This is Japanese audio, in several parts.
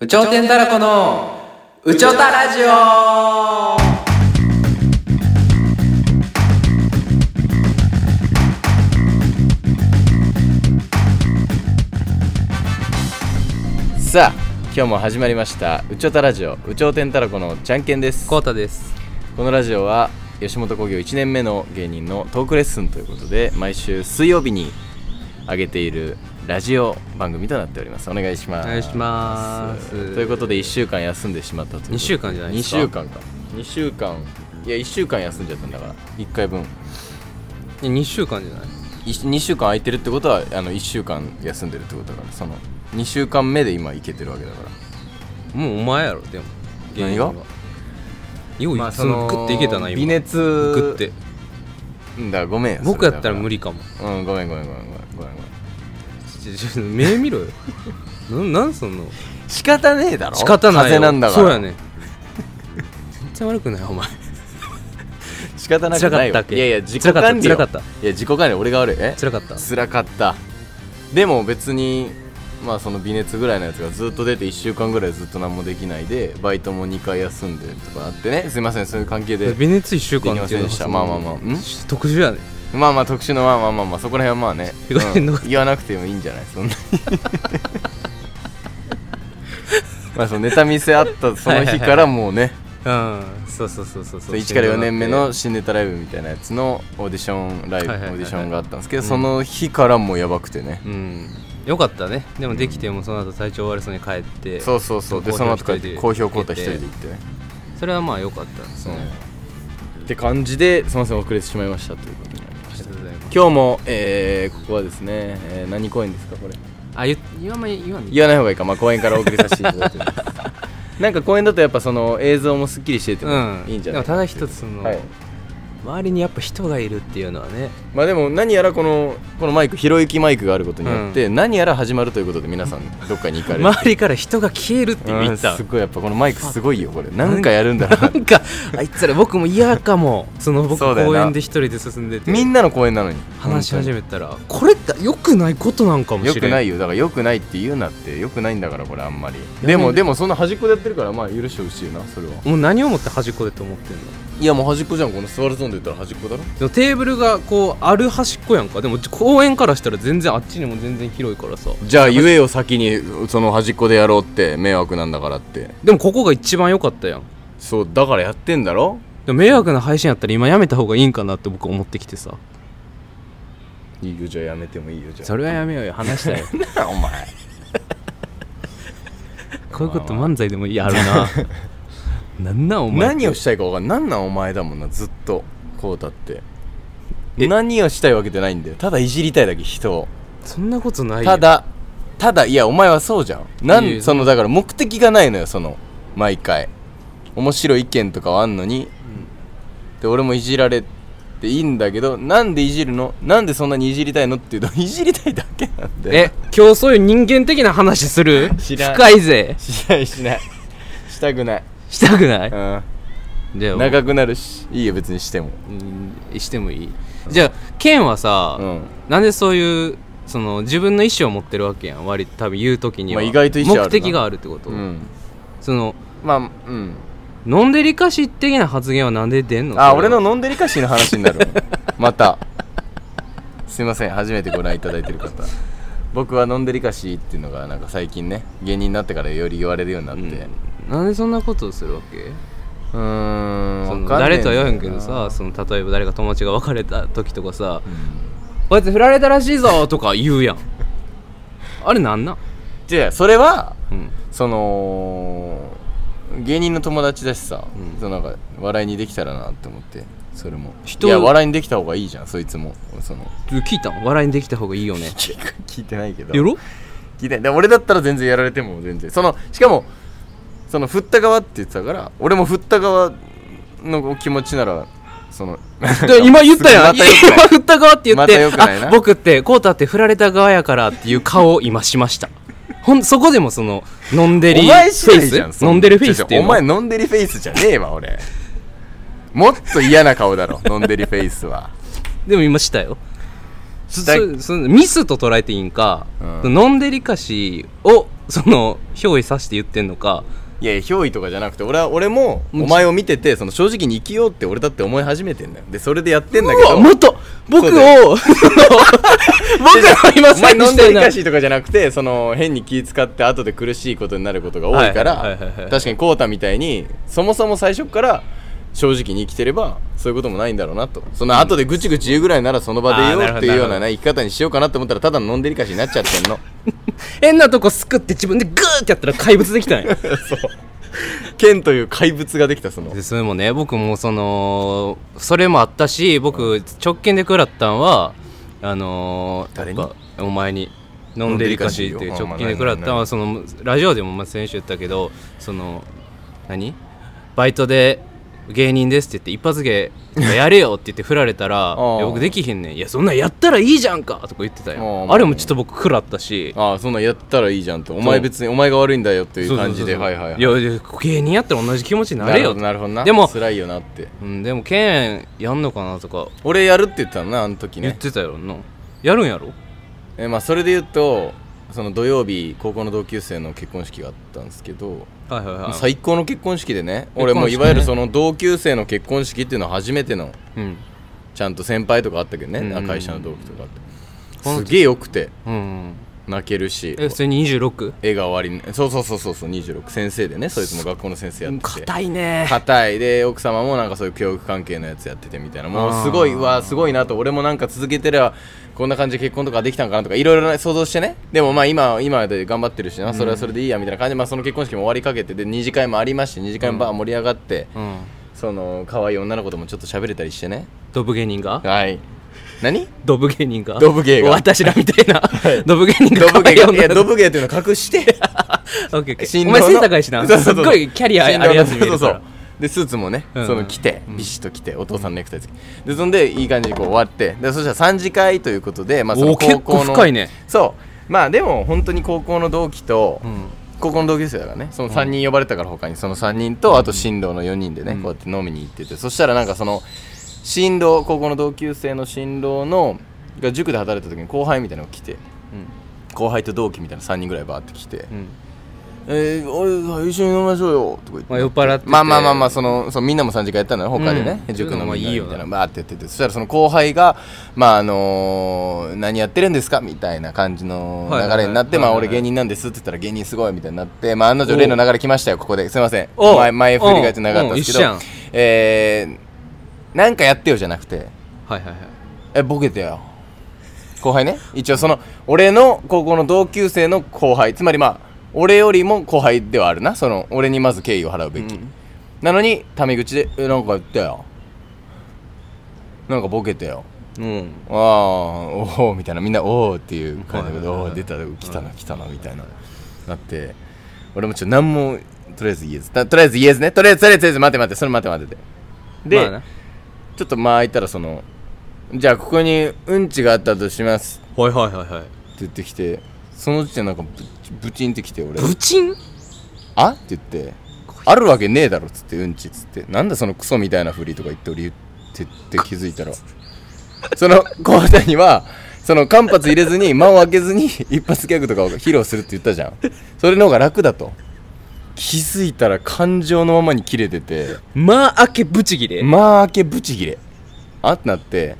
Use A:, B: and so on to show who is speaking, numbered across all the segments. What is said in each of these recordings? A: 宇頂天たらこの宇宙たラジオ
B: さあ今日も始まりました「うちょたラジオうちょうてんたらこのじゃんけん」です
A: コ
B: こ
A: ウタです
B: のラジオは吉本興業1年目の芸人のトークレッスンということで毎週水曜日に上げているラジオ番組となっておりますお願いします
A: お願いします
B: ということで1週間休んでしまったということ
A: 二週間じゃないですか
B: 2週間か2週間いや1週間休んじゃったんだから1回分
A: 2週間じゃない
B: 2週間空いてるってことはあの1週間休んでるってことだからその2週間目で今いけてるわけだから
A: もうお前やろでも
B: 何が
A: よう
B: まあ
A: その
B: その
A: 食っていけたな今
B: 微熱
A: 食って
B: うんだからごめんよ
A: 僕やったら無
B: 理
A: 理かも
B: うんごめんごめんごめんごめんごめんごめん
A: ちょちょちょ目見ろ よなんなんその
B: 仕方ねえだろ
A: 仕方ない
B: 風
A: よ
B: 邪なんだから
A: そうやね全然悪くないお前
B: 仕方なくない
A: 辛か
B: よ
A: ったっけ
B: いやいや自己管理
A: 辛
B: よ
A: かった辛か
B: いや自己管理俺が悪いえ
A: 辛かった
B: 辛かったでも別にまあその微熱ぐらいのやつがずっと出て1週間ぐらいずっと何もできないでバイトも2回休んでとかあってねすいませんそういう関係で
A: 微熱1週間
B: できませんでした
A: っていうの
B: まあ
A: は
B: まあまあ
A: そ
B: ん
A: の特殊やね
B: まあまあ特殊のまあまあまあまあそこら辺はまあね、
A: そこら辺の
B: うん言わなくてもいいんじゃないそ んなにまあそのネタ見せあったその日からもうね
A: うんそうそうそうそうそう
B: 1から4年目の新ネタライブみたいなやつのオーディションライブオ
A: はいはいはいはい
B: ーディションがあったんですけど
A: うん
B: その日からもうやばくてね
A: うんよかったねでもできてもその後体調悪そうに帰って
B: そうそうそうで
A: 好評
B: その後から
A: 一人で
B: 好評交代一人で行ってね
A: それはまあよかったです
B: そう
A: ね
B: って感じですいません遅れてしまいましたということになりま
A: あり
B: し
A: が
B: た
A: とうございます
B: 今日も、えーここはですね、えー何公演ですかこれ
A: あ言言わんま言わんでいい
B: 言わない方がいいか、まあ、公演からお送りさせていただいてますなんか公演だとやっぱその映像もすっきりしてて
A: うん
B: いいんじ
A: で
B: ゃない
A: もただ一つその、
B: はい
A: 周りにやっぱ人がいるっていうのはね
B: まあでも何やらこのこのマイクひろゆきマイクがあることによって、何やら始まるということで皆さんどっかに行かれる、
A: 周りから人が消えるって
B: う
A: 言
B: ん
A: った
B: すごいやっぱこのマイクすごいよこれなんかやるんだな
A: なんかあいつら僕も嫌かもその僕
B: そうだよ
A: 公
B: な
A: 園で一人で進んでて
B: みんなの公演なのに
A: 話し始
B: め
A: めたらこれって良くないことなんかも
B: よ
A: しれ
B: くないいよだからよくないって言うなってよくないんだからこれあんまり
A: や
B: で
A: め
B: も
A: ん
B: でもそんな端っこでやってるからまあ許してほしいなそれは
A: もう何をもって端っこでと思ってんの
B: いやもう端っこじゃんこの座るゾーンで言ったら端っこだろ
A: でもテーブルがこうある端っこやんかでも公園からしたら全然あっちにも全然広いからさ
B: じゃあ言えよ先にその端っこでやろうって迷惑なんだからって
A: でもここが一番良かったやん
B: そうだからやってんだろ
A: でも迷惑な配信やったら今やめた方がいいんかなって僕思ってきてさ
B: いいよじゃあやめてもいいよじゃ
A: それはやめようよ話したよ
B: あお前
A: こういうこと漫才でもいいやるななんなんお前
B: 何をしたいか分かんない何なんお前だもんなずっとこうだって何をしたいわけじゃないんだよただいじりたいだけ人を
A: そんなことないよ
B: ただただいやお前はそうじゃんない
A: やいや
B: んそのだから目的がないのよその毎回面白い意見とかはあんのに、で俺もいじられていいんだけどなんでいじるのなんでそんなにいじりたいのっていうと いじりたいだけなんで
A: え今日そういう人間的な話する
B: 知らん
A: 深いぜ
B: しないしないしたく ない、
A: したくないうじゃあ
B: ん、長くなるしいいよ別にしても
A: うんしてもいいじゃあケンはさ、
B: うん
A: なんでそういうその自分の意思を持ってるわけやん割と多分言う時には、
B: まあ意外と意思あるな
A: 目的があるってこと、
B: うん
A: その
B: まあうん
A: ノンデリカシー的な発言はなんで出んの
B: あ俺のノンデリカシーの話になる またすいません初めてご覧いただいてる方僕はノンデリカシーっていうのがなんか最近ね芸人になってからより言われるようになって
A: う
B: うんーん
A: なんでそんなことをするわけその
B: わかんねえ
A: 誰とは言わへんけ
B: だ
A: ど
B: よな
A: さその例えば誰か友達が別れた時とかさ
B: うん
A: 「こいつ振られたらしいぞ」とか言うやんあれなんなん、
B: じゃあそれは
A: うん、
B: その芸人の友達だしさ、
A: うん
B: そのなんか笑いにできたらなって思ってそれも
A: 人
B: いや笑いにできた方がいいじゃんそいつもそ の
A: 聞いたん笑いにできた方がいいよね
B: 聞いてないけど
A: やろ
B: 聞いてないで俺だったら全然やられても全然そのしかもその振った側って言ってたから俺も振った側の気持ちならその
A: で今言ったやん
B: また言った
A: 今振った側って言
B: ま
A: ったて、
B: 良くないな
A: あ僕ってコータって振られた側やからっていう顔を今しましたほんそこでもその飲んでり
B: お
A: フ
B: 前し
A: ェ
B: ないじゃ
A: イ
B: ん
A: ス
B: そな
A: 飲んでるフェイスっていう
B: ちょ
A: の
B: ちょお前飲んでりフェイスじゃねえわ俺もっと嫌な顔だ ろ飲んでりフェイスは
A: でも今したよそ
B: したい
A: そそミスと捉えていいんか、
B: うん
A: 飲んでりかしをその憑依さして言ってんのか
B: いやいや憑依とかじゃなくて俺は俺も
A: うん
B: お前を見ててその正直に生きようって俺だって思い始めてんだよでそれでやってんだけ
A: うわ
B: ど
A: もっと僕
B: そうだ
A: を 僕を今
B: お前
A: さに
B: 飲
A: し
B: んで
A: て
B: り
A: な
B: か
A: い
B: しいとかじゃなくてその変に気使って後で苦しいことになることが多
A: は
B: いか
A: いはいはい
B: ら
A: はいはい
B: 確かにこうたみたいにそもそも最初から正直に生きてればそういうこともないんだろうなとその後でぐちぐち言うぐらいならその場で言
A: あーな
B: お
A: る
B: う
A: ほど
B: っていうよう
A: なるほど
B: なね生き方にしようかなと思ったらただの飲んでりかしになっち ゃってんの
A: 変なとこすくって自分でグーってやったら怪物できたんや
B: そう剣という怪物ができ たその
A: でそれもね僕もそのそれもあったし僕直近で食らったんはあのー
B: 誰に
A: なんかお前に飲んでりかしっていう
B: 飲んでりかしよ
A: 直近で食らったん
B: あま
A: は
B: あ
A: そのラジオでもまあ先週言ったけどその何バイトで芸人ですって言って一発芸やれよって言って振られたら
B: ああ
A: いや僕できひんねんいやそんなんやったらいいじゃんかとか言ってた
B: あ
A: よ
B: あ
A: あれもちょっと僕食らったし
B: ああそんなんやったらいいじゃんとお前別にお前が悪いんだよっていう感じで
A: そうそう
B: は
A: そう
B: いはいはい
A: いやいや芸人やったら同じ気持ちになれよって
B: なるほどなるほどな
A: でも
B: 辛いよなって
A: うん、でも剣やんのかなとか
B: 俺やるって言ったのなあの時
A: 言っ
B: ね
A: てたよな、やるんやろ
B: えまあそれで言うとその土曜日高校の同級生の結婚式があったんですけど
A: はいはいはい
B: 最高の結婚式でね
A: 婚式ね
B: 俺もういわゆるその同級生の結婚式っていうのは初めての
A: うん
B: ちゃんと先輩とかあったけどね、
A: うん
B: 会社の同期とかあ
A: こ
B: っ
A: の
B: てすげえよくて
A: うん
B: 泣けるし
A: え普通に 26?
B: 笑顔ありねそうそうそうそうそう26先生でねそいつも学校の先生やってて
A: 硬いね
B: 硬いで奥様もなんかそういう教育関係のやつやっててみたいなもうすごい
A: あー
B: わあすごいなと俺もなんか続けてればこんな感じで結婚とかできたんかなとかいろいろな想像してねでもまあ今今で頑張ってるしなそれはそれでいいやみたいな感じで、まあ、その結婚式も終わりかけてで二次会もありまして二次会もバー盛り上がって、
A: うん
B: その可愛い女の子ともちょっと喋れたりしてね
A: ドブ芸人が
B: はい何
A: ドブ芸人が
B: ドブ芸が
A: 私らみたい な、ドブ芸人
B: ド
A: が
B: ブゲ
A: 可愛い
B: ーい
A: 女
B: や
A: の
B: ドブゲーっていうの隠して
A: 子オッケーオッケー
B: 新
A: お
B: 郎の
A: 前背高いしな
B: そうそうそう
A: すっごいキャリアあるやつ見えるか
B: そうそ
A: ら
B: うでスーツもね、
A: うんうん
B: その着てビシッと着てお父さんのネクタイつけてでそんでいい感じにこう終わってでそしたら3次会ということで、まあ、そ
A: お
B: の
A: ー結
B: 高
A: 構
B: 校の
A: 深いね
B: そうまあでも本当に高校の同期と、
A: ん
B: 高校の同級生だからねその3人呼ばれたから他にその3人とあと新郎の4人でね、こうやって飲みに行っててそしたらなんかその新郎高校の同級生の新郎のが塾で働いた時に後輩みたいなのが来て後輩と同期みたいな3人ぐらいバーって来て、
A: うん、うん、
B: えー、おい一緒に飲みましょうよとか言って、
A: まあ酔っ払ってて
B: まあまあまあまあそのそうみんなも3時間やったのよ他でね、
A: うん
B: 塾のみんな
A: そういうのも
B: み
A: いいよ
B: たい
A: な
B: なバーってやっててそしたらその後輩が「まああのー何やってるんですか?」みたいな感じの
A: はいはいはい
B: 流れになって「まあ俺芸人なんです」って言ったら「芸人すごい」みたいになってまあ案の定例の流れ来ましたよここですいません
A: おう
B: 前前振りがちなかったんですけ
A: おうおう
B: ど
A: 一緒
B: えー、なんかやってよじゃなくて
A: はいはいはい
B: えボケてよ後輩ね一応その俺の高校の同級生の後輩つまりまあ俺よりも後輩ではあるなその俺にまず敬意を払うべき、なのにタメ口で「えなんか言ってよなんかボケてよ
A: うん
B: ああおお」みたいなみんな「おお」っていう感じだけど「
A: はい
B: お
A: はいはい
B: おー出た来たな来たな」みたいななって俺もちょっと何もとりあえず言えずたとりあえず言えずねとりあえずとりあえずとりあえず待て待てそれ待て待ててで、
A: まあな
B: ちょっと間空いたらそのじゃあここにうんちがあったとしますって
A: はいはいはいはい
B: 言ってきてその時点なんかブチブチンってきて俺
A: ブチン
B: あって言ってあるわけねえだろっつってうんちっつってなんだそのクソみたいなふりとか言って俺言ってって気づいたらその後輩にはその間髪入れずに 間を開けずに一発ギャグとかを披露するって言ったじゃんそれの方が楽だと気づいたら感情のままに切れてて
A: まあ開けブチギレ
B: まあ明けブチギレあってなって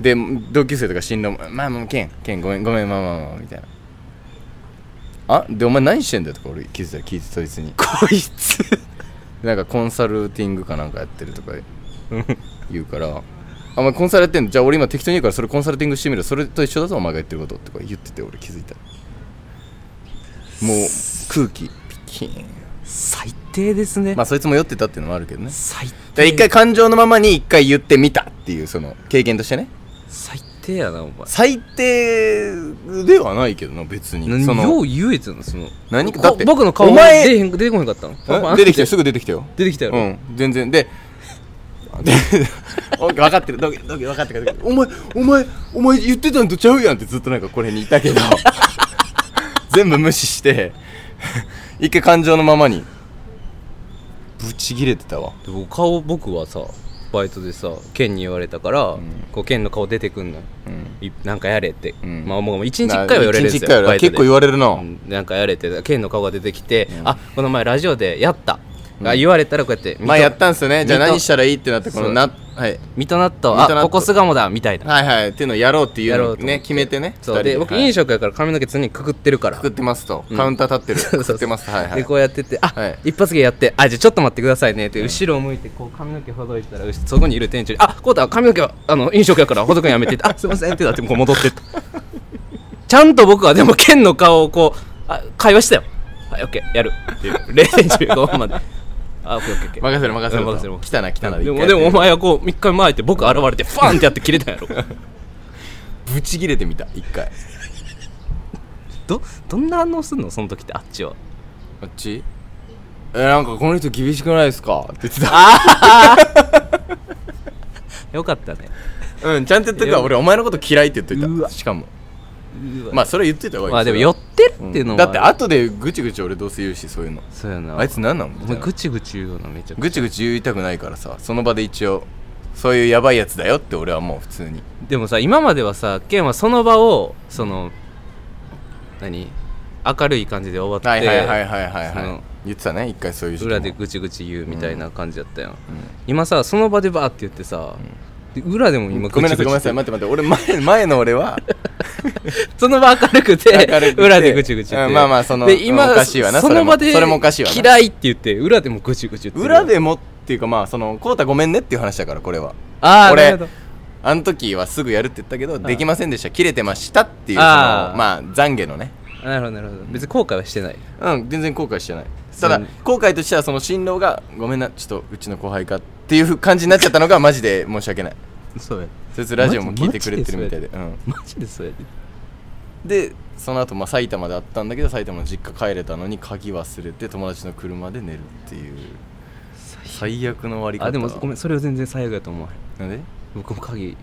B: で同級生とか新郎も「まあまあケンケンごめんごめんまあまあまあ」みたいな「あでお前何してんだよ」とか俺気づいたら聞いてそいつに
A: こいつ
B: なんかコンサルティングかなんかやってるとか 言うから「あお前コンサルやってんのじゃあ俺今適当に言うからそれコンサルティングしてみろそれと一緒だぞお前が言ってること」とか言ってて俺気づいたらもう空気ピキーン
A: 最低ですね、
B: まあそいつも酔ってたっていうのもあるけどね
A: 最
B: で
A: 低
B: 一回感情のままに一回言ってみたっていうその経験としてね
A: 最低やなお前
B: 最低ではないけどな別にそ
A: 何よ
B: の
A: う言えてんのその
B: 何
A: こ
B: だって
A: 僕の顔
B: お
A: 出
B: 前
A: てへん出てこへんかったのパパ
B: え出てきたよすぐ出てきたよ
A: 出てきたよ、
B: うん全然で でオッケー分かってるドキドキ分かってる分かってるお前お前お前言ってたんとちゃうやんってずっとなんかこれにいた けど全部無視して一回感情のままにブチ切れてたわ
A: で僕顔僕はさバイトでさ県に言われたから、
B: ん
A: こう県の顔出てくんのよ
B: うん
A: いなんかやれって、
B: うん
A: まあもう1日1回は言われるんです
B: 一日
A: よ
B: 一回は
A: バイトで
B: 結構言われるな、
A: うんなんかやれって県の顔が出てきて、
B: うん
A: あこの前ラジオでやった、
B: うん
A: あ言われたらこうやって
B: まあやったんすよねじゃあ
A: 水戸
B: 何したらいいってなってこのな、はい、
A: 水戸納豆
B: 水戸納豆
A: あここ巣鴨だみたいな
B: はいはいっていうのをやろうっていう
A: や
B: の
A: ろ
B: を
A: うと思っ
B: ね決めてね
A: そうで僕飲
B: 印象
A: 食やから髪の毛常にくくってるから
B: 作ってますと、
A: うん
B: カウンター 立ってる
A: そうそう
B: 作ってますはいは
A: で
B: い
A: こうやっててあ、
B: はい
A: 一発芸やってあじゃあちょっと待ってくださいねって後ろを向いてこう髪の毛ほどいたらうしそこにいる店長に「あこうた髪の毛はあの飲食やからほどくんやめて」って「あすいません」ってなってこう戻ってったちゃんと僕はでも剣の顔をこうあ会話したよ「はいオッケーやる」っていう0.15分まで「あオッケーオッケーオッケー
B: 任せる任せる
A: 任せる
B: 来たな来たな
A: で
B: 一
A: も
B: 回
A: で
B: や
A: も
B: って
A: お前はこう一回前って僕現れてファンってやって切れたんやろ
B: ぶち切れてみた一回
A: どどんな反応すんのその時ってあっちは
B: あっちえなんかこの人厳しくないですかって言ってた
A: よかったね
B: うんちゃんと言っとくわ俺お前のこと嫌いって言っと
A: う
B: い
A: わ
B: たしかもま
A: ま
B: あそれ言っといた方がいい
A: あでも
B: それ
A: 寄
B: は
A: ってるっていうの
B: うん
A: は
B: だって後でぐちぐち俺どうせ言うしそういうの
A: そうやな
B: あいつ何なのみ
A: お
B: た
A: 前
B: いな
A: ぐちぐち言うよなめちゃくち
B: ぐちぐち言いたくないからさその場で一応そういうやばいやつだよって俺はもう普通に
A: ゃでもさ今まではさケンはその場をその何明るい感じで終わ
B: は
A: っ
B: いはいはい
A: て
B: はいはい
A: そ
B: は
A: の
B: い言ってたね一回そういう時期も
A: 裏で
B: うん
A: ぐちぐち言うみたいな感じだったよ、ん、今さその場でバーって言ってさ、で裏でも今
B: ごめんなさいごめんなさい
A: い
B: 待って待って俺前前の俺 は
A: その場明るくて
B: 明るくて
A: 裏でぐちぐち言って、
B: うんまあまあその
A: で今
B: うんおかしいわな
A: そ
B: それ
A: の
B: も
A: 場で
B: それもおかしいわな
A: 嫌いって言って裏でもぐちぐち言ってる
B: 裏でもっていうかまあそのコウタごめんねっていう話だからこれは
A: ああ
B: 俺
A: なるほど
B: あの時はすぐやるって言ったけどできませんでした切れてましたっていうその
A: あー
B: まあ懺悔のね
A: なるほどなるほど別に後悔はしてない
B: うん全然後悔してない
A: そ
B: た
A: う
B: だ後悔としてはその新郎がごめんなちょっとうちの後輩かっていう感じになっちゃったのがマジで申し訳ない
A: そうや
B: そいつラジオも聞いてくれてるみたいで
A: マジ
B: うん
A: マジでそうやで
B: でその後まあ埼玉であったんだけど埼玉の実家帰れたのに鍵忘れて友達の車で寝るっていう最悪の終わり方
A: あでもごめんそれは全然最悪やと思う
B: なんで
A: 僕も鍵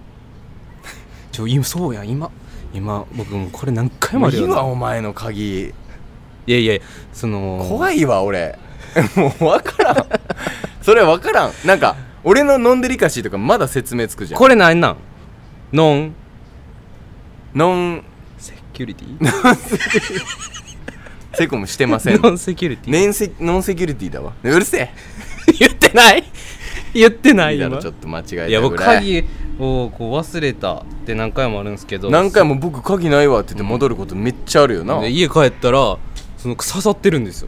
A: ちょ今そうや今今僕もうこれ何回もある
B: いい
A: よな
B: わお前の鍵
A: いやいやその
B: 怖いわ俺 もう分からんそれ分からんなんか俺のノンデリカシーとかまだ説明つくじゃん
A: これ何なんノン
B: ノン
A: セキュリティ
B: セコムしてませ ん
A: ノンセキュリティ、
B: ネンセノンセキュリティだわうるせえ
A: 言ってない言ってない
B: だ
A: 今
B: ろちょっと間違えたぐら
A: いや僕鍵をこう忘れたって何回もあるんですけど
B: 何回も僕鍵ないわって言って戻ることめっちゃあるよな、
A: で家帰ったらその刺さってるんですよ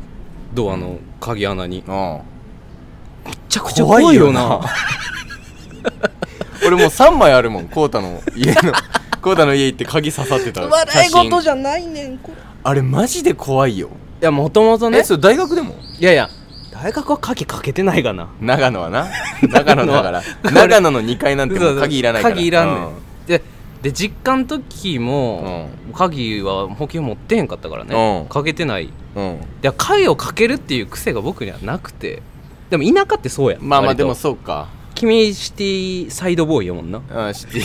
A: ドアの鍵穴に、め
B: ああ
A: ちゃくちゃ怖いよな
B: 怖いよ俺もう3枚あるもんコウタの家の コウタの家行って鍵刺さってた
A: 笑い事
B: ゃ
A: じゃないねんこれい
B: あれマジで怖いよ
A: やもともとね
B: えそれ大学でも
A: いやいや大学は鍵かけてないがな
B: 長野は な長野だから長野の2階なんてもう鍵いらないから
A: 鍵いらんねん、
B: う
A: でで実家の時も、鍵は保険持ってへんかったからね、
B: うん
A: かけてない
B: うん、うん
A: で鍵をかけるっていう癖が僕にはなくてでも田舎ってそうやん
B: まあまあ
A: 割
B: で
A: と
B: もそうか、
A: 君シティサイドボーイやもんな
B: うん、シティ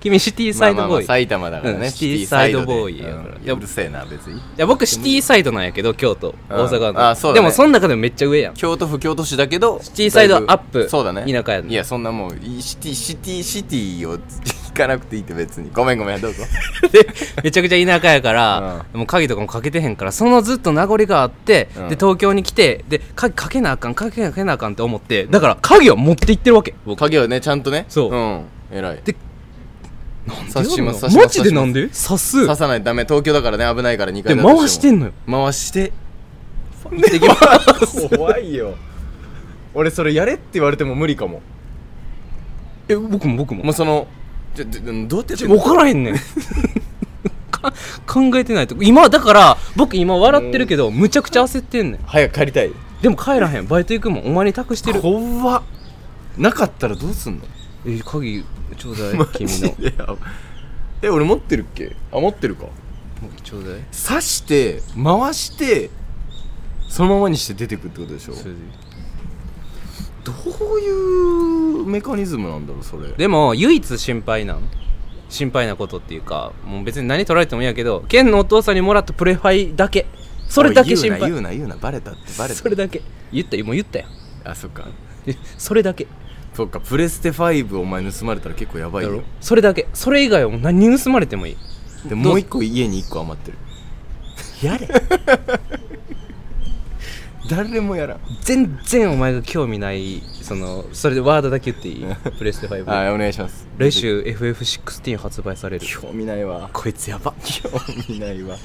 A: 君シティ サイ
B: ま
A: ド
B: あまあ
A: ボー
B: まあ
A: イ、
B: 埼玉だからね、
A: うんシティ
B: で
A: サイドボーイやから
B: うんいやうるせえな別に
A: いや僕シティサイドなんやけど京都、
B: うん
A: 大阪の
B: あそうだ
A: で
B: ね
A: もその中でもめっちゃ上やん
B: 京都府京都市だけど
A: シティサイドアッ
B: だい
A: プ
B: ぶそうだね
A: 田舎やん
B: いやそんなもういシティシティシティを 聞かなくていいって別にごめんごめんどうぞ
A: でめちゃくちゃ田舎やから、もう鍵とかもかけてへんからそのずっと名残があって、
B: うん
A: で東京に来てで鍵かけなあかん鍵かけなあかんって思ってだから鍵を持って行ってるわけ僕
B: 鍵をねちゃんとね
A: そう
B: うん偉い
A: で
B: なん
A: で
B: 刺します
A: マ
B: 刺します
A: ジでなんんで刺す
B: 刺さないとダメ東京だからね危ないから2
A: で
B: 回
A: 回してんのよ
B: 回して
A: できます
B: 怖いよ俺それやれって言われても無理かも
A: え僕も僕も
B: もうそのちょちょどうやってやってんの
A: 分からへんねんか考えてないと今だから僕今笑ってるけどむちゃくちゃ焦ってんねん
B: 早く帰りたい
A: でも帰らへんバイト行くもんお前に託してる
B: 怖っなかったらどうすんの
A: え鍵ちょうだい君
B: 君
A: の
B: のえ俺持ってるっけあ持ってるか
A: ちょうだい
B: 刺して回してそのままにして出てくってことでしょ
A: それで
B: どういうメカニズムなんだろうそれ
A: でも唯一心配なん心配なことっていうかもう別に何取られてもいいやけどケンのお父さんにもらったプレファイだけそれだけ心
B: おい
A: 配
B: 言うな言うな言うなバレたってバレた
A: それだけ言ったよもう言ったよ
B: あそっか
A: えそれだけ
B: そっかプレステ5お前盗まれたら結構やばい
A: だろ
B: よ
A: それだけそれ以外はもう何に盗まれてもいい
B: でもう一個家に一個余ってる
A: やれ
B: 誰もやらん
A: 全然お前が興味ないそのそれでワードだけ言ってい いプレステ
B: は
A: 5
B: いお願いします
A: 来週 FF16 発売される
B: 興味ないわ
A: こいつやば
B: 興味ないわ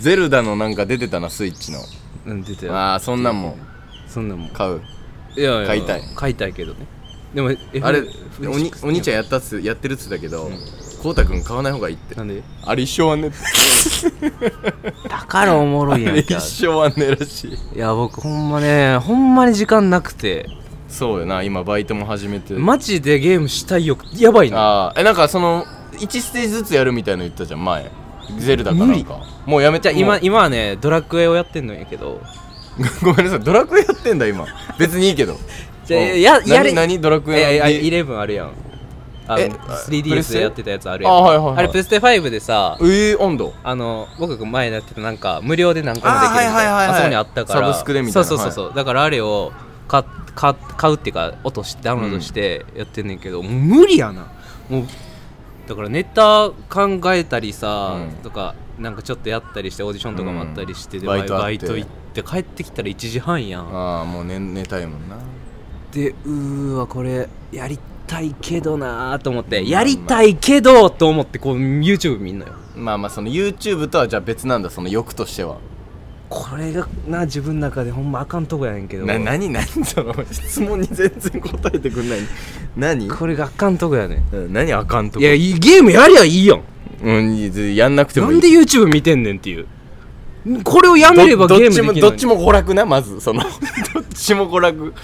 B: ゼルダのなんか出てたなスイッチの
A: うん出てる
B: ああそんなんも
A: そんなんもん
B: 買う
A: いやいや
B: 買いたい
A: 買いたいけどねでも
B: あれ
A: FF16
B: おにお兄ちゃんやったっつやってるっつだけどこうたくん買わない方がいいって
A: なんで
B: あれ一生はね
A: だからおもろいやん
B: 一
A: か
B: 生はねらしい
A: いや僕ほんまねほんまに時間なくて
B: そうよな今バイトも始めて
A: マジでゲームしたいよやばいな
B: ああえなんかその1ステージずつやるみたいの言ったじゃん前ゼルダかなんかもうやめ
A: じ
B: ち
A: ゃ
B: ゃ
A: あ今
B: も
A: 今はねドラクエをやってんのやけど
B: うごめんなさいドラクエやってんだ今別にいいけど
A: じゃあ
B: うん
A: ややれ
B: 何何ドラク
A: いやい
B: エ
A: や
B: の
A: イレブンあるやんあの
B: えプレ
A: 3DS
B: ステ
A: でやってたやつあるやん
B: あはいはいはい
A: あれプレステ5でさ
B: ええ温度
A: あの僕が前やってたなんか無料で何個もできるみたいな
B: あはいはいはいはい
A: あそこにあったから
B: サブスクでみたいな
A: そうそうそうそう、だからあれを買っ買っ買うっていうか落としダウンロードしてやってんねんけど、もう無理やなもうだからネタ考えたりさ、
B: うん
A: とかなんかちょっとやったりしてオーディションとかもあったりして、
B: うん
A: で
B: バイトあって
A: バイト行って帰ってきたら1時半やん
B: ああもう寝寝たいもんな
A: でうーわこれやりたいけどなーと思って、
B: うん
A: やりたいけどと思ってこう YouTube 見んのよ
B: まあまあその YouTube とはじゃあ別なんだその欲としては
A: これがな自分の中でほんまあかんとこやねんけど
B: な何何その質問に全然答えてくんない何
A: これがあかんとこやね
B: うん何あかんと
A: い
B: こ
A: やいいゲームやりゃいいやん
B: うんいややんなくて
A: な
B: もいい
A: んで YouTube 見てんねんっていうんこれをやめれば
B: ど
A: ゲームで
B: ど
A: き
B: っち
A: るのに
B: もどっちも娯楽なまずその どっちも娯楽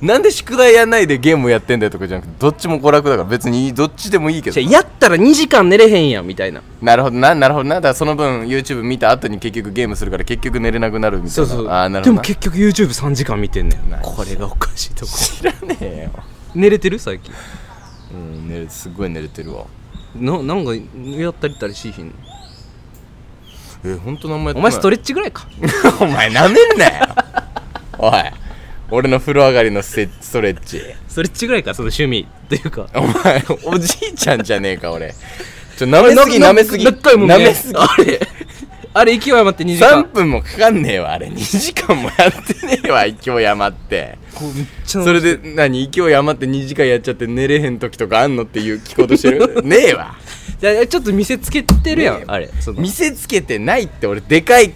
B: なんで宿題やんないでゲームやってんだよとかじゃなくてどっちも娯楽だから別にいいどっちでもいいけ
A: じゃ
B: ど
A: あやったら2時間寝れへんやんみたいな
B: なるほどななるほどなだからその分 YouTube 見た後に結局ゲームするから結局寝れなくなるみたいなあーなる
A: で
B: ほど
A: も
B: な
A: 結局 YouTube3 時間見てんねん
B: 何
A: これがおかしいとこ
B: 知らねえよ
A: 寝れてる最近
B: うん寝るすっごい寝れてるわ
A: ななんかやったりたりしひん
B: え本当何も
A: お
B: やってない
A: 前ストレッチぐらいか
B: お前なめんなよおい俺の風呂上がりのステストレッチ
A: ストレッチぐらいかその趣味というか
B: お前おじいちゃんじゃねえか俺ちょ舐めすぎ舐めすぎ
A: 何回もね
B: 舐めすぎ
A: あれあれ勢い余って2時間
B: 3分もかかんねえわあれ2時間もやってねえわ勢い余って
A: こうめっちゃ
B: それで何勢い余って2時間やっちゃって寝れへん時とかあんのっていう聞こうとし てるねえわ
A: じゃあちょっと見せつけてるや
B: ねえ
A: んあれその
B: 見せつけてないって俺でかい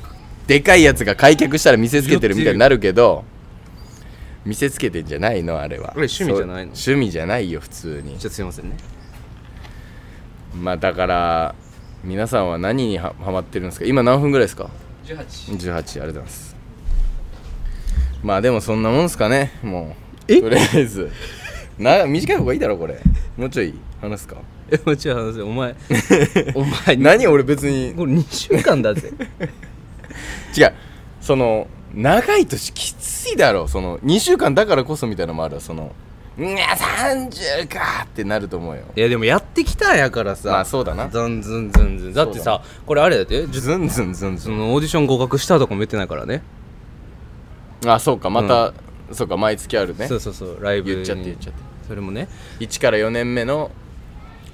B: でかいやつが開脚したら見せつけてるみたいになるけど見せつけてんじゃないのあれは
A: あれ趣味じゃないの
B: そう趣味じゃないよ普通
A: ちょ
B: に
A: っとすいませんね
B: まあだから皆さんは何にはハマってるんですか今何分ぐらいですか
A: 18
B: 18ありがとうございますまあでもそんなもんすかねもう
A: え
B: とりあえずな短い方がいいだろこれもうちょい話すか
A: えもちろん話せよお 前お前
B: 何俺別に
A: これ2週間だ ぜ
B: 違うその長い年きついだろその2週間だからこそみたいなのもあるわその「いや30か!」ってなると思うよ
A: いやでもやってきたんやからさ
B: まあそうだな
A: ずんずんずんずんだって
B: そう
A: さこれあれだって
B: ずんずんずんず
A: そ
B: ん
A: のオーディション合格したとかも言ってないからね
B: あそうかまた、そうか毎月あるね
A: そうそうそうライブに
B: 言っちゃって言っちゃって
A: それもね
B: 1から4年目の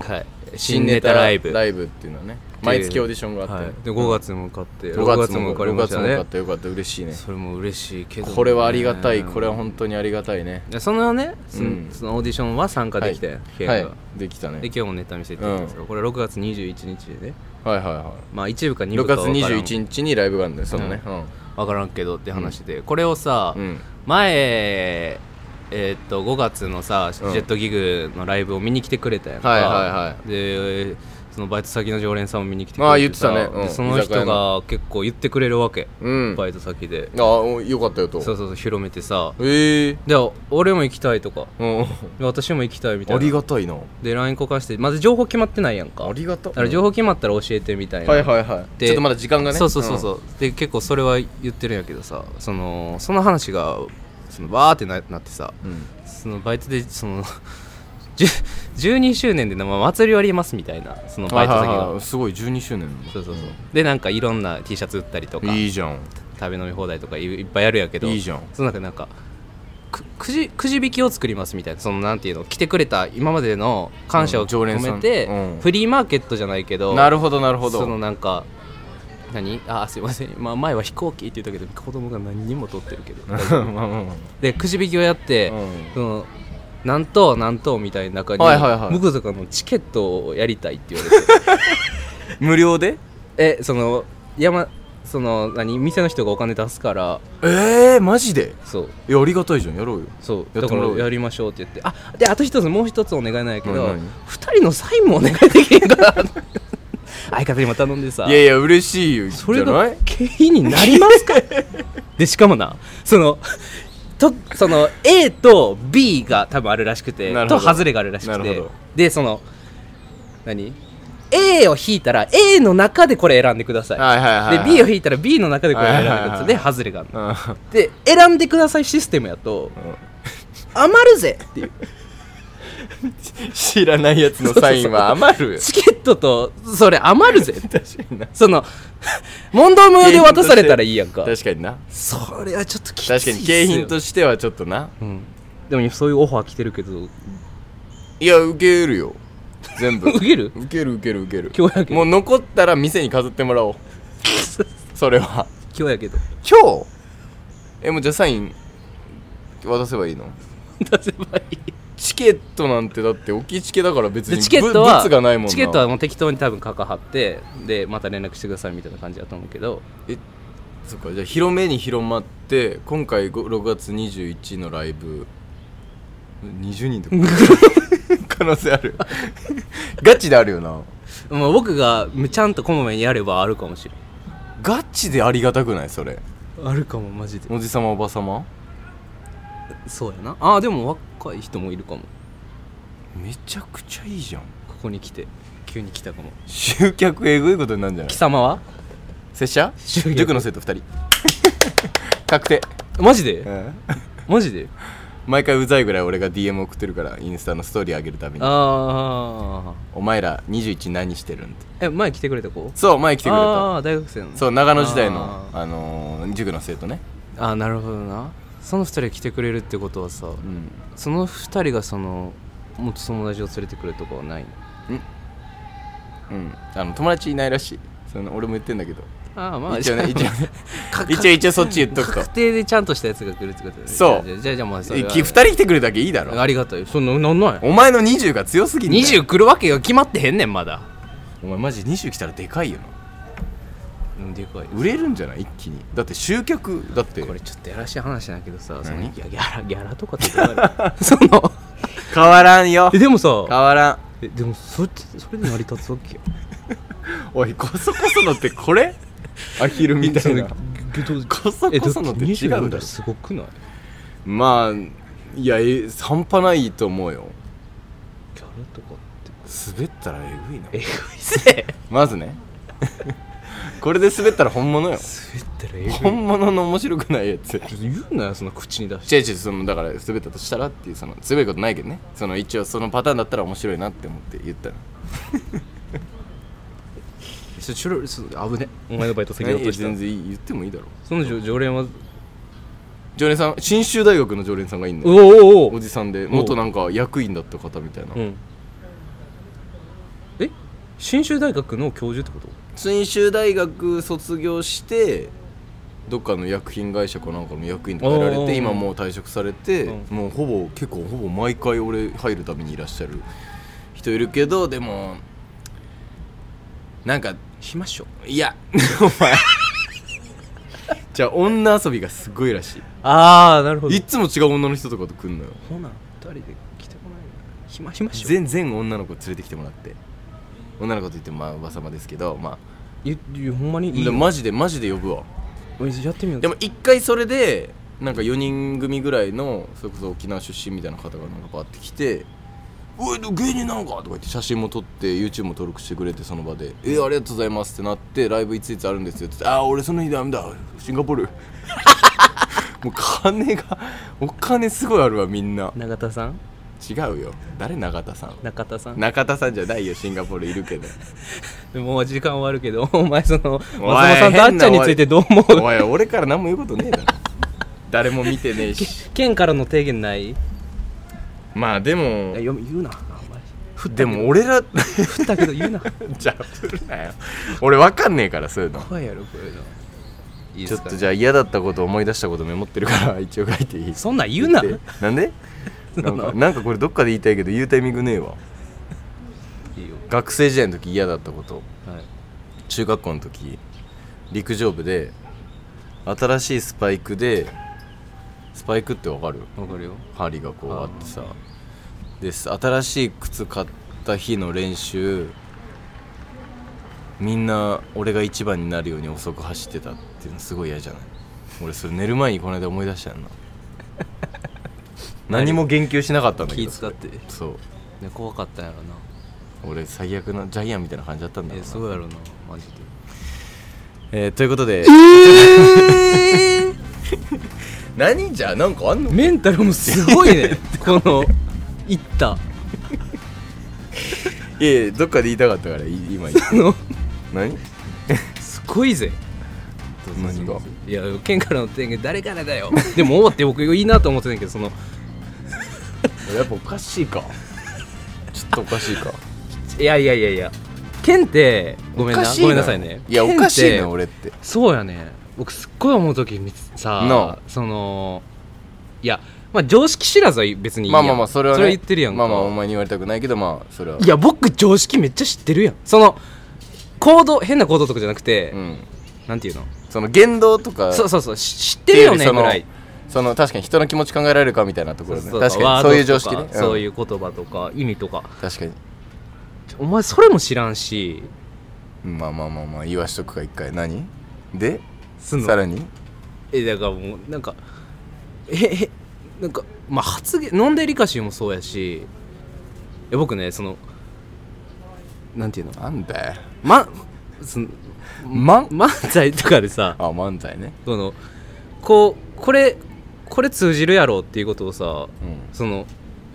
A: はい新ネタライブ
B: ライブっていうのはね毎月オーディションがあって、
A: はいで5月も受かって
B: 5月
A: 受
B: も受
A: か
B: か
A: り
B: り
A: ま
B: ま
A: し
B: したたね5月も受か
A: ね
B: ったよかった嬉しいね
A: それも嬉しいけどね
B: これはありがたいこれは本当にありがたいね
A: いやそのねその
B: うん
A: そのオーディションは参加できたよケイが
B: は
A: で
B: いできたね
A: 今日もネタ見せてたんですけどこれ6月21日でね
B: はいはいは
A: まあ一部か
B: い
A: 二
B: 6
A: 部か
B: 月
A: は分からん
B: 21日にライブがあるんだよそのねうん、
A: 分からんけどって話で、これをさ、
B: うん
A: 前えーっと5月のさジ
B: うん
A: ェットギグのライブを見に来てくれたやんか、
B: はいはいは
A: でそのバイト先の常連さんも見に来てくれて
B: あー言ってたねうん
A: でその人が結構言ってくれるわけ、
B: うん
A: バイト先で
B: ああよかったよと
A: そうそうそう広めてさ
B: ええ
A: で俺も行きたいとか
B: うん
A: で私も行きたいみたい
B: あ
A: な
B: りがたいな
A: で LINE 交換してまず情報決まってないやんか
B: りがた
A: だから情報決まったら教えてみたいな、
B: はいはいはい
A: で
B: ちょっとまだ時間がね
A: そうそうそうそう、で結構それは言ってるんやけどさそのその話がそのわーってななってさ
B: うん、うん
A: そのバイトでその 10 12周年で、まあ、祭りをやりますみたいなそのバイト先が、
B: はいはいはいすごい12周年
A: そうそうそうでなんかいろんな T シャツ売ったりとか
B: いいじゃん
A: 食べ飲み放題とかいいっぱいやるやけど
B: いいじゃん
A: その中でなんかくくじくじ引きを作りますみたいなそのなんていうの来てくれた今までの感謝
B: う
A: を
B: ん常
A: 込
B: 連さん
A: めて、
B: うん
A: フリーマーケットじゃないけど
B: なるほどなるほど
A: そのなんか何あすいません、まあ、前は飛行機って言ったけど子供が何人も取ってる けど
B: まあまあまあ
A: でくじ引きをやって、
B: うん
A: その何等何等みたいな中に、
B: はいはいはい
A: 僕とかのチケットをやりたいって言わ れて
B: 無料で
A: えその山その何店の人がお金出すから
B: ええマジで
A: そう
B: いやありがたいじゃんやろうよ
A: そうだ
B: やって
A: か
B: も
A: ら
B: らおうよ
A: やりましょうって言ってあであと一つもう一つお願いなんやけど
B: 何何
A: 二人のサインもお願いできへんかな 相方にも頼んでさ
B: いやいや嬉しいよ
A: それ
B: じゃな
A: が
B: い
A: 経費になりますか でしかもなそのとその A と B が多分あるらしくて
B: なるほ
A: と
B: ど
A: 外れがあるらしく
B: なる
A: て
B: ほど
A: でその何 A を引いたら A の中でこれ選んでください、
B: はいはいはい、はい、
A: で B を引いたら B の中でこれ選んでください、
B: はいはいはい
A: で外れがあるの
B: うん
A: で選んでくださいシステムやと余るぜっていう
B: 知らないやつのサインは余るよ
A: チケットとそれ余るぜ
B: 確かにな
A: その問答無用で渡されたらいいやんか
B: 確かにな
A: それはちょっときついっ
B: 確
A: す
B: か
A: よ
B: に景品としてはちょっとな
A: うん、でもそういうオファー来てるけど
B: いや受けるよ全部
A: 受け る
B: 受ける受ける受ける
A: 今日やけど
B: もう残ったら店に飾ってもらおうそれは
A: 今日やけど
B: 今日えもうじゃあサイン渡せばいいの
A: 出せばいい
B: チケットなんてだって大きいチケだから別
A: で
B: に
A: チケットは
B: ぶ物がないもんな
A: チケットはもう適当に多分かかはってでまた連絡してくださいみたいな感じだと思うけど
B: そっかじゃあ広めに広まって今回ご6月21のライブ20人と か可能性あるガチであるよな
A: もう僕がちゃんとこまめにやればあるかもしれ
B: ガチでありがたくないそれ
A: んあるかもマジで
B: おじさまおばさま
A: そうやなあーでも若い人もいるかも
B: めちゃくちゃいいじゃん
A: ここに来て急に来たかも
B: 集客えぐいことになるんじゃない
A: 貴様は
B: 拙者
A: 集客
B: 塾の生徒2人確定、
A: マジでマジで
B: 毎回うざいぐらい俺が DM 送ってるからインスタのストーリー上げるたびに
A: ああ
B: お前ら21何してるんって
A: え前来てくれた子
B: そう前来てくれた
A: ああー大学生の
B: そう長野時代のあ
A: あー
B: のー塾の生徒ね
A: あーなるほどなその二人が来てくれるってことはさ
B: うん
A: その二人がその元友達を連れてくるとかはないの
B: うんあの友達いないらしいその俺も言ってんだけど
A: ああま
B: 一 応ね一応ね
A: かか
B: 一応一応そっち言っとくと
A: 確定でちゃんとしたやつが来るってことだよね
B: そう
A: じゃあじゃあじゃあまあそれ
B: え
A: は
B: き二人来てくれるだけいいだろ
A: ありがたいそんななんない
B: お前の20が強すぎんだよ
A: 20来るわけが決まってへんねんまだ
B: お前マジ20来たらでかいよな
A: うんでかい
B: 売れるんじゃない一気にだって集客だって
A: これちょっとやらしい話なんやけどさその
B: 何
A: ギャギャラギャラとかってどうな るその
B: 変わらんよ
A: えでもさ
B: 変わらん
A: えでもそれってそれで成り立つわ けよ
B: おいこそこそのってこれ アヒルみたいなこそこそのって違うだろ
A: えだって24すごくない
B: まあいやえ半端ないと思うよ
A: ギャラとかって
B: 滑ったらえぐいな
A: えぐいぜ
B: まずね これで滑ったら本物よ
A: 滑ったらえぐい
B: 本物の面白くないやつ
A: 言うなよその口に出して
B: 違う違うそのだから滑ったとしたらっていうその滑ることないけどねその一応そのパターンだったら面白いなって思って言 ったの
A: ちょちょちょ危ねお前のバイト先だ
B: い
A: と
B: や
A: した
B: 全然いい言ってもいいだろ
A: その常常連は
B: 常連さん信州大学の常連さんがいんの
A: おお
B: おじさんで元なんか役員だった方みたいな、
A: うんえ信州大学の教授ってこと
B: 信州大学卒業してどっかの薬品会社かなんかの役員とかやら
A: おーお
B: れ
A: ーおー
B: て今もう退職されて、
A: う
B: もうほぼ結構ほぼ毎回俺入るためにいらっしゃる人いるけどでもなんか
A: 暇っしょ
B: いや お前じゃあ女遊びがすごいらし
A: ああなるほ
B: いいっつも違う女の人とかと来んのよ
A: ほな二人で来てこない暇暇っしょ
B: 全然女の子連れてきてもらって女の子と言ってもまあおばさまですけどまあ
A: いいほんまにいい
B: で
A: よ
B: もマジでマジで呼ぶわ
A: やってみよう
B: でも一回それでなんか4人組ぐらいのそれこそ沖縄出身みたいな方がなんかバーって来て「おい芸人なのか?」とか言って写真も撮って YouTube も登録してくれてその場で「えありがとうございます」ってなって「ライブいついつあるんですよ」って言って「ああ俺その日ダメだシンガポール」 もう金がお金すごいあるわみんな
A: 永田さん
B: 違うよ誰永田さん
A: 中田さん
B: 中田さんじゃないよシンガポールい るけど
A: もう時間終わる けどお前その松本さんとあっちゃんについてどう思う
B: おい俺から何も言うことねえだろ誰も見てね えし
A: 県からの提言ないい
B: まあでも
A: や言う なお前
B: でも俺ら
A: 振ったけど言うな
B: じゃあ振るなよ俺わかんねえからそういうの
A: 怖いやろこういうのいい
B: ち
A: で
B: ょ
A: す
B: っ
A: か
B: とじゃあ嫌だったこと思い出したことメモってるから 一応書いていい
A: そんなん言うな
B: でなんでなんかなんかこれどっかで言いたいけど言うタイミングねえわ
A: いいよ
B: 学生時代の時嫌だったこと
A: はい
B: 中学校の時陸上部で新しいスパイクでスパイクってわかる
A: わかるよ
B: 針がこうあってさです新しい靴買った日の練習みんな俺が一番になるように遅く走ってたっていうのすごい嫌じゃない俺それ寝る前にこの間思い出したよな 何も言及しなかったんだけ
A: 気
B: ど
A: 使って
B: そう
A: ね怖かったんやろな
B: 俺最悪のジャイアンみたいな感じだったんだ
A: え
B: ろうな
A: そうやろなマジで
B: えーということで、 何じゃなんかあんの
A: メンタルもすごいね このいった
B: いやいやどっかで言いたかったからい今言って
A: の
B: 何
A: すごいぜ
B: 何が
A: いや県からの提言誰からだ よでも終わって僕いいなと思ってたんやけどその
B: やっぱおかしいかちょっとおかしいか
A: いやいやいやいや県ってごめん
B: お
A: な
B: かし
A: ごめんなさいね
B: いやお
A: 県って
B: かしいな俺って
A: そうやね僕すっごい思う時にさ、
B: なあ
A: そのいやまあ常識知らずは別にいい
B: ま
A: や
B: あ
A: ん
B: まあまあそれはね
A: それ言ってるやんか
B: まあまあお前に言われたくないけどまあそれはい
A: や僕常識めっちゃ知ってるやんその行動変な行動とかじゃなくて、
B: うん
A: なんていうの
B: その言動とか
A: そうそうそうし知ってるよ
B: って
A: ね
B: いうより
A: ぐ
B: その
A: らい
B: その確かに人の気持ち考えられるかみたいなところ
A: そ
B: ね
A: うそう
B: 確か
A: ワー
B: に
A: ド
B: そういう常識
A: と
B: ね
A: かそういうう言葉とか意味とか
B: ん確かに
A: お前それも知らんし
B: まあまあまあまあ言わしとくか一回何です
A: んの
B: さらに
A: えだからもうなんかええなんかまあ発言飲んでリカシーもそうやしいや僕ねそのなんていうの
B: なんだよ
A: まその
B: まん
A: 漫才とかでさ
B: あ漫才ね
A: そのこうこれこれ通じるやろっていうことをさ
B: うん
A: その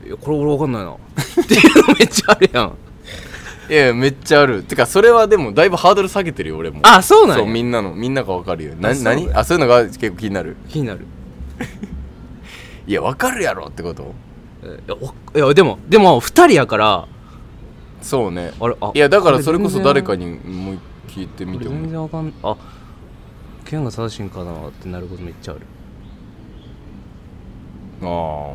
A: いやこれ俺わかんないなっていうのめっちゃあるやん
B: いやいやめっちゃあるてかそれはでもだいぶハードル下げてるよ俺も
A: あそうな
B: そうん
A: や
B: みんなのみんながわかるよ
A: あ
B: な
A: そう
B: 何あそういうのが結構気になる
A: 気になる
B: いやわかるやろってこと
A: えいやわいやでもでも二人やから
B: そうね
A: あれあ
B: いやだからそれこそ誰かにもう聞いてみ
A: 俺
B: て
A: 全
B: も
A: 然わかんあ剣が正しいんかなってなることめっちゃある
B: あ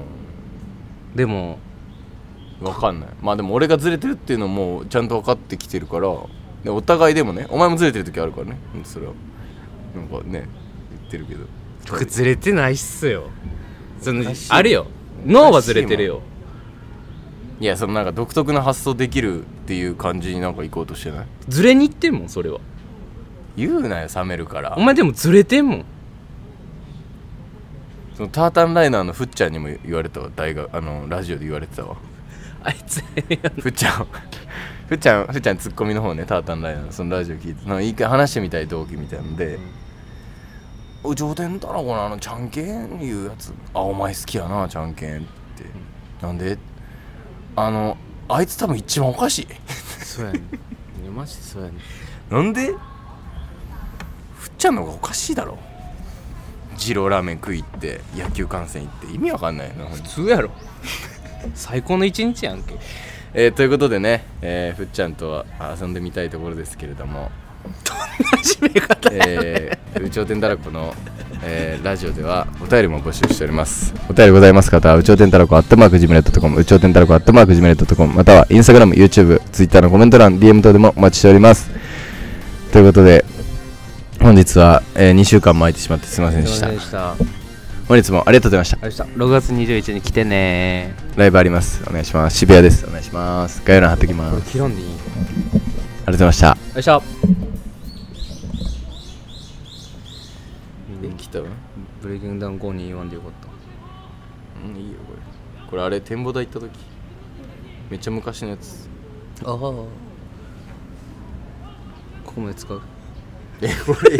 A: でも
B: あわかんないまあでも俺がずれてるっていうのもちゃんと分かってきてるからでお互いでもねお前もずれてる時あるからねうんそれはなんかね言ってるけど
A: 僕ずれてないっすよその
B: おかしい
A: あるよ脳はずれてるよ
B: いやそのなんか独特な発想できるっていう感じになんか行こうとしてない
A: ずれに行ってんもんそれは
B: 言うなよ冷めるから
A: お前でもずれてんもん
B: そのタータンライナーのふっちゃんにも言われたわ大学あのラジオで言われてたわ
A: あいつ
B: ふっちゃん ふっちゃんふっちゃんツッコミの方ねタータンライナーのそのラジオ聞いてなんか一回話してみたい動機みたいなので「お上天だなこのあのちゃんけんいうやつあお前好きやなちゃんけん」って「なんで?」あのあいつ多分一番おかしい
A: そうやねいやマジでそうやね
B: なんでふっちゃんの方がおかしいだろ二郎ラーメン食い行って野球観戦行って意味わかんないよなほんと
A: 普通やろ最高の一日やんけ
B: えーということでね、えーふっちゃんとは遊んでみたいところですけれども
A: 始め方
B: えー、宇宙天だらこの、えーラジオではお便りも募集しておりますお便りございます方は宇宙天だらこアットマークジムレットコム宇宙天だらこアットマークジムレットコムまたはインスタグラム YouTube ツイッターのコメント欄 DM 等でもお待ちしておりますということで本日は、え2週間も空いてしまってすいませんでした
A: でした
B: 本日もありがとうございました
A: 明日6月21日に来てね
B: ライブありますお願いします渋谷ですお願いします概要欄貼っておきますありがと
A: 切らんでいいよ
B: うございました
A: いしょ
B: え来たわ
A: ブレイキングダウン5241でよかった
B: うんいいよこれこれあれ展望台行った時めっちゃ昔のやつ
A: ああここまで使う
B: えこれ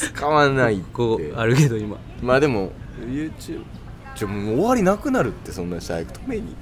B: 使わないって
A: こうあるけど今
B: まあでも YouTube ちょもう終わりなくなるってそんなに早く止めに